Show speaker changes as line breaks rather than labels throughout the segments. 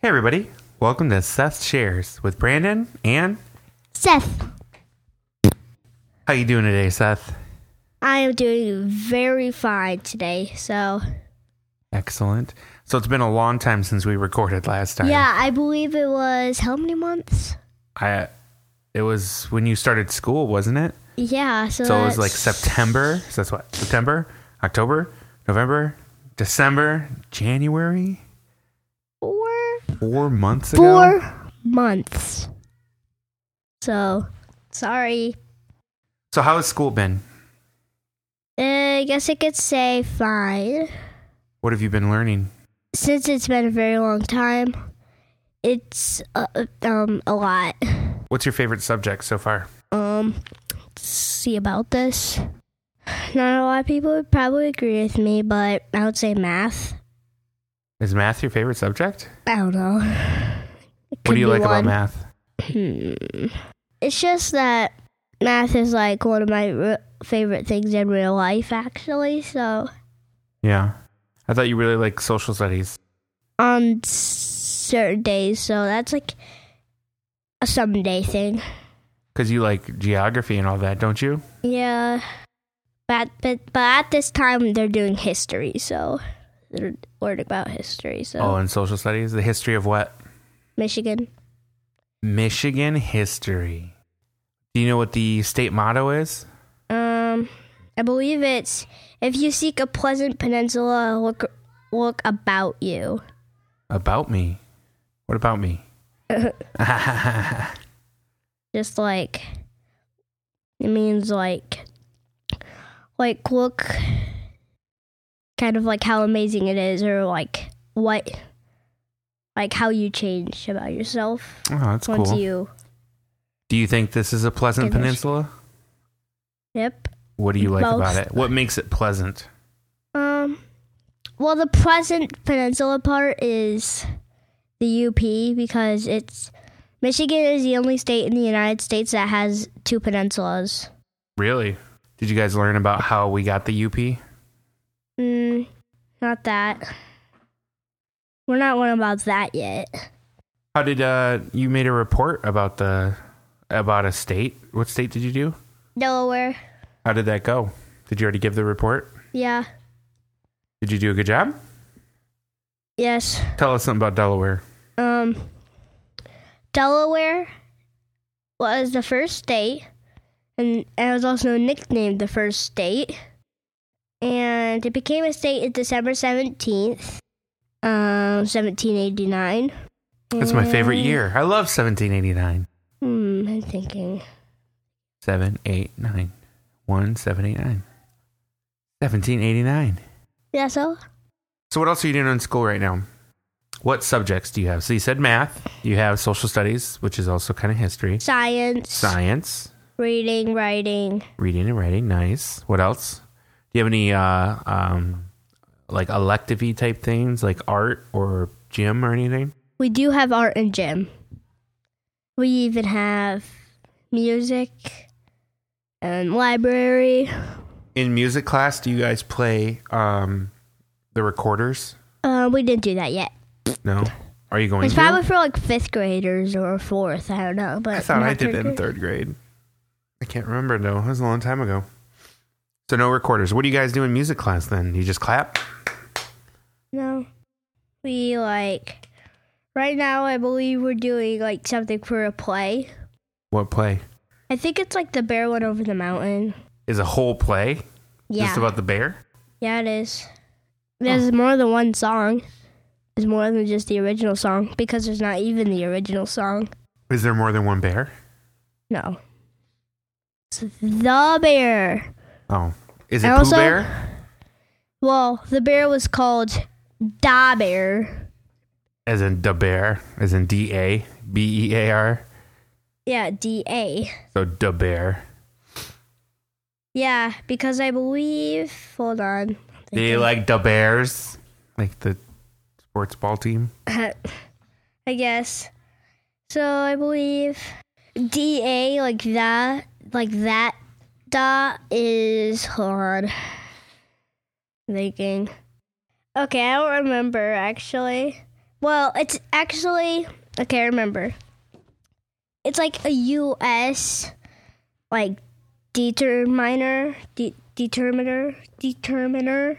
Hey, everybody. Welcome to Seth Shares with Brandon and
Seth,
how you doing today, Seth?
I am doing very fine today. So,
Excellent. So it's been a long time since we recorded last time.
yeah, I believe it was how many months?
I it was when you started school, wasn't it?
Yeah, so,
So it was like
that's-
September. So that's what? September, October, November, December, January,
four
four months ago.
four months. So, sorry.
So how has school been?
Uh, I guess I could say fine
What have you been learning?
since it's been a very long time. It's uh, um a lot.
What's your favorite subject so far?
um see about this. Not a lot of people would probably agree with me, but I would say math.
Is math your favorite subject?
I don't know. It
what
could
do you
be
like about
one.
math?
Hmm. It's just that math is like one of my re- favorite things in real life, actually. So,
Yeah. I thought you really like social studies.
on s- certain days, so that's like a someday thing.
Because you like geography and all that, don't you?
Yeah. But, but but at this time they're doing history, so they're worried about history. So
Oh, and social studies? The history of what?
Michigan.
Michigan history. Do you know what the state motto is?
Um, I believe it's if you seek a pleasant peninsula, look look about you.
About me. What about me? Oh,
Just like it means like like look kind of like how amazing it is or like what like how you change about yourself
Oh, that's
once
cool.
you
do you think this is a pleasant
Goodness.
peninsula?
yep.
What do you like about
Most.
it? What makes it pleasant?
Um well the pleasant peninsula part is the UP because it's Michigan is the only state in the United States that has two peninsulas.
Really? Did you guys learn about how we got the UP?
Mm, not that. We're not one about that yet.
How did uh you made a report about the about a state? What state did you do?
Delaware.
How did that go? Did you already give the report?
Yeah.
Did you do a good job?
Yes.
Tell us something about Delaware.
Um Delaware was the first state and it was also nicknamed the first state. And it became a state on December seventeenth, um, seventeen eighty nine.
That's my
Mm.
favorite year. I love 1789.
Hmm, I'm thinking.
seven, eight, nine. One, seven, eight, nine. Seventeen, eighty-nine.
Yeah, so
So, what else are you doing in school right now? What subjects do you have? So, you said math. You have social studies, which is also kind of history,
science,
science,
reading, writing.
reading and writing. Nice. What else? Do you have any uh, um, like elective type things, like art or gym or anything?
We do have art and gym. We even have music and library.
In music class, do you guys play um, the recorders?
Uh, we didn't do that yet.
No. Are you going
It's
to?
probably for like fifth graders or fourth. I don't know. But
I thought I
not
did it in
grade.
third grade. I can't remember though. It was a long time ago. So no recorders. What do you guys do in music class then? You just clap?
No, we like right now. I believe we're doing like something for a play.
What play?
I think it's like the bear went over the mountain.
Is a whole play
Yeah,
just about Oh. the bear?
yeah, it is. There's more than one song. There's more than just the original song because there's not even the original song.
Is there more than one bear?
No. It's the bear.
Oh, is it
And
Pooh
also-
Bear?
Well, the bear was called Da Bear.
As in da bear? As in D A B E A R?
Yeah, D A.
So da bear.
Yeah, because I believe. Hold on.
Do you like da bears? Like the sports ball team?
I guess. So I believe D A like that, like that. Da is hard. Thinking. Okay, I don't remember actually,
Well, it's actually okay. I remember. It's like a U.S. like determiner, de- determiner, determiner,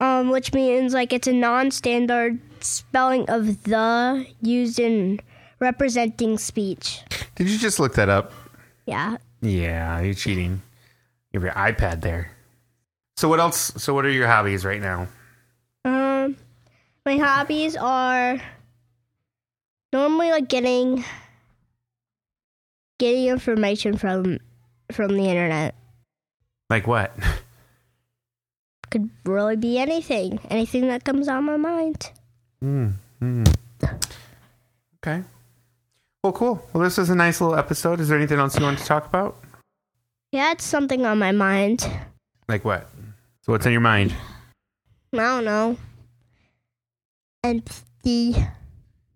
um, which means like it's a non-standard spelling of the used in representing speech.
Did you just look that up?
Yeah.
Yeah, you're cheating. You have your iPad there. So what else? So what are your hobbies right now?
Um, my hobbies are normally like getting getting information from from the internet.
Like what?
Could really be anything, anything that comes on my mind.
Mm, mm. Okay. Well, cool. Well, this was a nice little episode. Is there anything else you want to talk about?
Yeah, it's something on my mind.
Like what? So what's on your mind?
I don't know. Empty.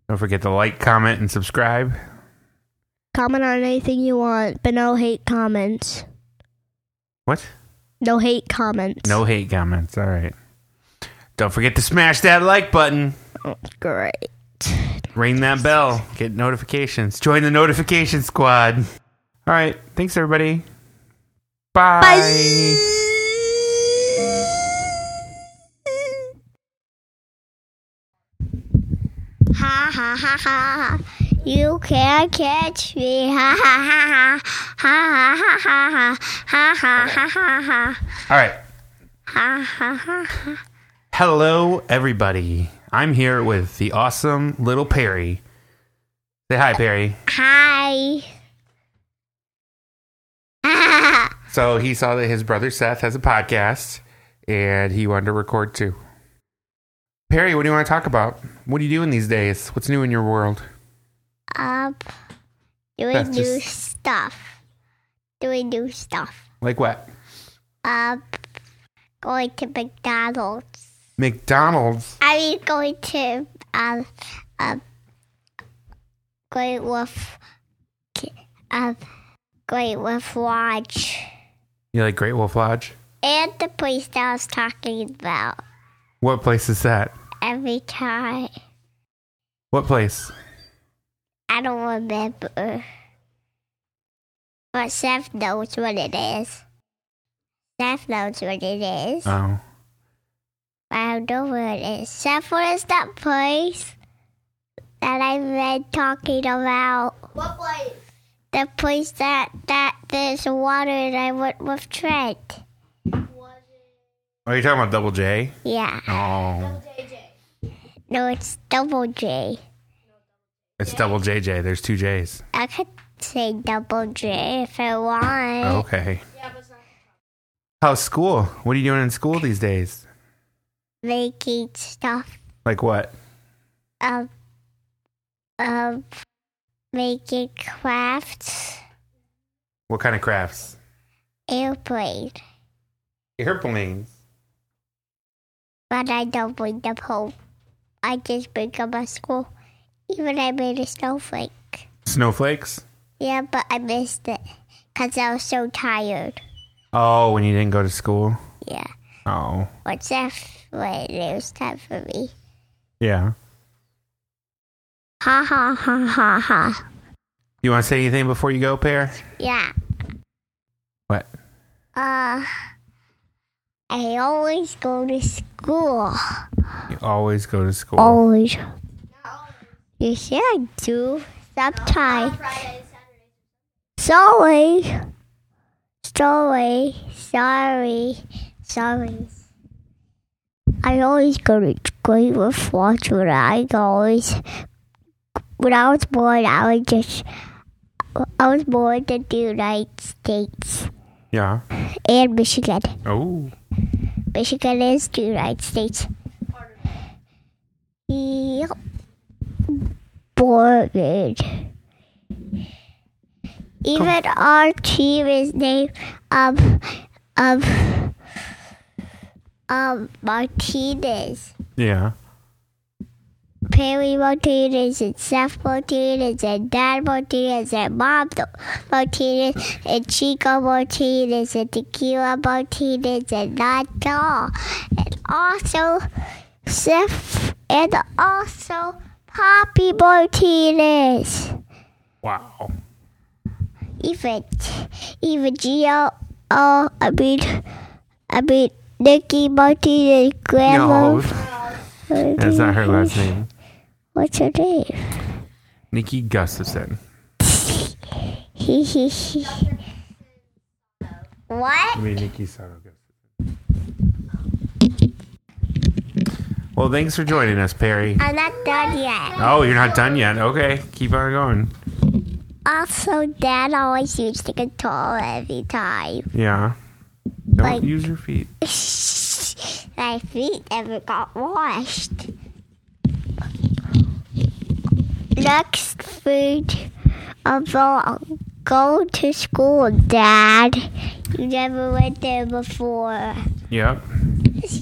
Don't forget to like, comment, and subscribe.
Comment on anything you want, but no hate comments.
What?
No hate comments.
No hate comments. All right. Don't forget to smash that like button.
Oh, great.
Ring that bell. Get notifications. Join the notification squad. All right. Thanks, everybody. Bye.
Ha ha ha ha. You can't catch me. Ha ha ha ha. Ha ha ha ha ha. Ha ha ha ha ha.
All right.
Ha ha ha ha.
Hello, everybody. I'm here with the awesome little Perry. Say hi, Perry.
Hi.
So he saw that his brother Seth has a podcast and he wanted to record too. Perry, what do you want to talk about? What are you doing these days? What's new in your world?
Up.
That's
Doing new
just-
stuff. Doing new stuff.
Like what?
Up. Going to McDonald's.
McDonald's.
I mean, going to um um going with um going with Lodge
You like Great Wolf Lodge?
and the place that I was talking about
What place is that?
every time.
What place?
I don't remember, but Seth knows what it is. Seth knows what it is.
Oh.
I don't know where it is. Seth, what is that place that I've been talking about? What place? The place that that there's water and I went with Trent.
Are you talking about Double J?
Yeah.
Oh.
No, it's double J.
It's Double JJ. There's two J's.
I could say double J if I want.
Oh, Okay. How's school? What are you doing in school these days?
Making stuff.
Like what?
Um. Um. Making crafts.
What kind of crafts?
Airplane.
Airplanes.
But I don't bring them home. I just bring them at school. Even I made a snowflake.
Snowflakes?
Yeah, but I missed it because I was so tired.
Oh, when you didn't go to school?
Yeah.
Oh.
What's that when it was time for me?
Yeah.
Ha ha ha ha ha.
You want to say anything before you go, Pear?
Yeah.
What?
Uh, I always go to school.
You always go to school.
Always. You said I do. Sometimes. Sorry. Sorry. Sorry. Sorry. I always go to school with Watch when I always. When I was born, I was just. I was born in the United States
Yeah.
and Michigan.
Oh.
Michigan is the United States. Yep. Boring. Even our team is named um um um Martinez.
Yeah.
Perry Martinez and Seth Martinez and Dan Martinez and Mom Martinez and Chico Martinez and Tequila Martinez and Natal. And also Sif and also Poppy Martinez.
Wow.
Even even Gio uh, I mean I mean Nikki Martinez grandma.
No, that's not her last name.
What's her name?
Nikki Gustafson.
He he he. What?
I mean, Nikki Sato Gustafson. Well, thanks for joining us, Perry.
I'm not done yet.
Oh, you're not done yet. Okay, keep on going.
Also, Dad always used the control every time.
Yeah. Don't
Like-
use your feet.
My feet never got washed. Next food of all, go to school, Dad. You never went there before.
Yep.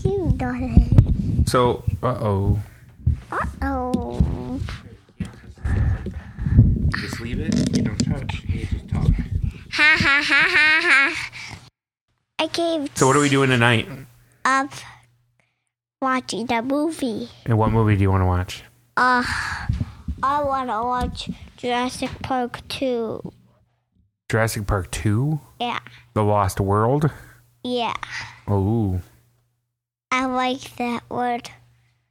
You don't.
So, uh oh.
Uh oh.
Just leave it. Don't touch. just talk.
Ha ha ha ha ha. I gave
So, what are we doing tonight?
up watching the movie.
And what movie do you want to watch?
Uh, I want to watch Jurassic Park 2.
Jurassic Park 2?
Yeah,
The Lost World?
yeah.
Oh,
I like that word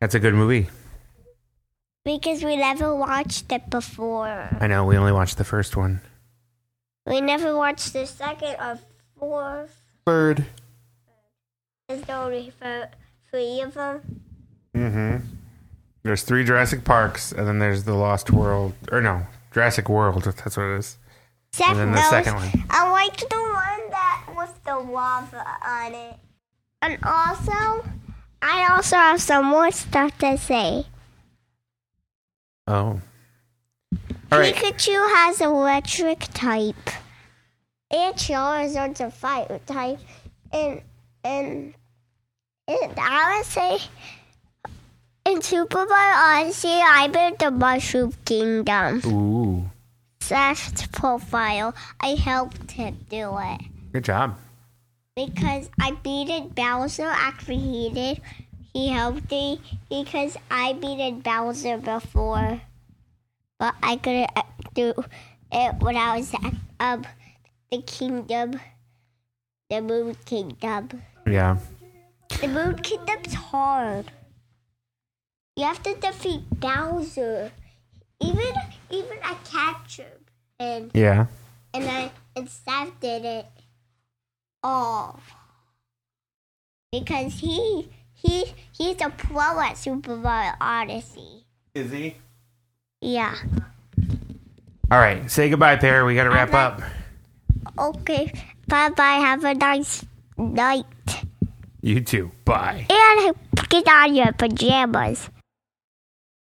that's a good movie.
because we never watched it before.
I know, we only watched the first one.
We never watched the second or fourth.
Bird.
There's only for three of them.
Mm hmm. There's three Jurassic Parks, and then there's The Lost World. Or no, Jurassic World. That's what it is.
Second,
then the second one.
I liked the one that with the lava on it. And also, I also have some more stuff to say.
Oh. All right.
Pikachu has electric type. And Charizard's a fire type. And and and I would say in Super Mario Odyssey, I'm in the Mushroom Kingdom.
Ooh.
Seth's profile. I helped him do it
Good job.
because I beated Bowser. Actually, he did. He helped me because I beated Bowser before, but I couldn't uh, do it when I was at um, the kingdom, the Moon Kingdom.
Yeah.
The Moon Kingdom's hard. You have to defeat Bowser, even even I captured and
Yeah.
and I and Steph did it all because he he he's a pro at Super Mario Odyssey.
Is he?
Yeah.
All right. Say goodbye, Pear. We got to wrap up.
Okay. Bye bye. Have a nice night.
You too. Bye.
And get on your pajamas.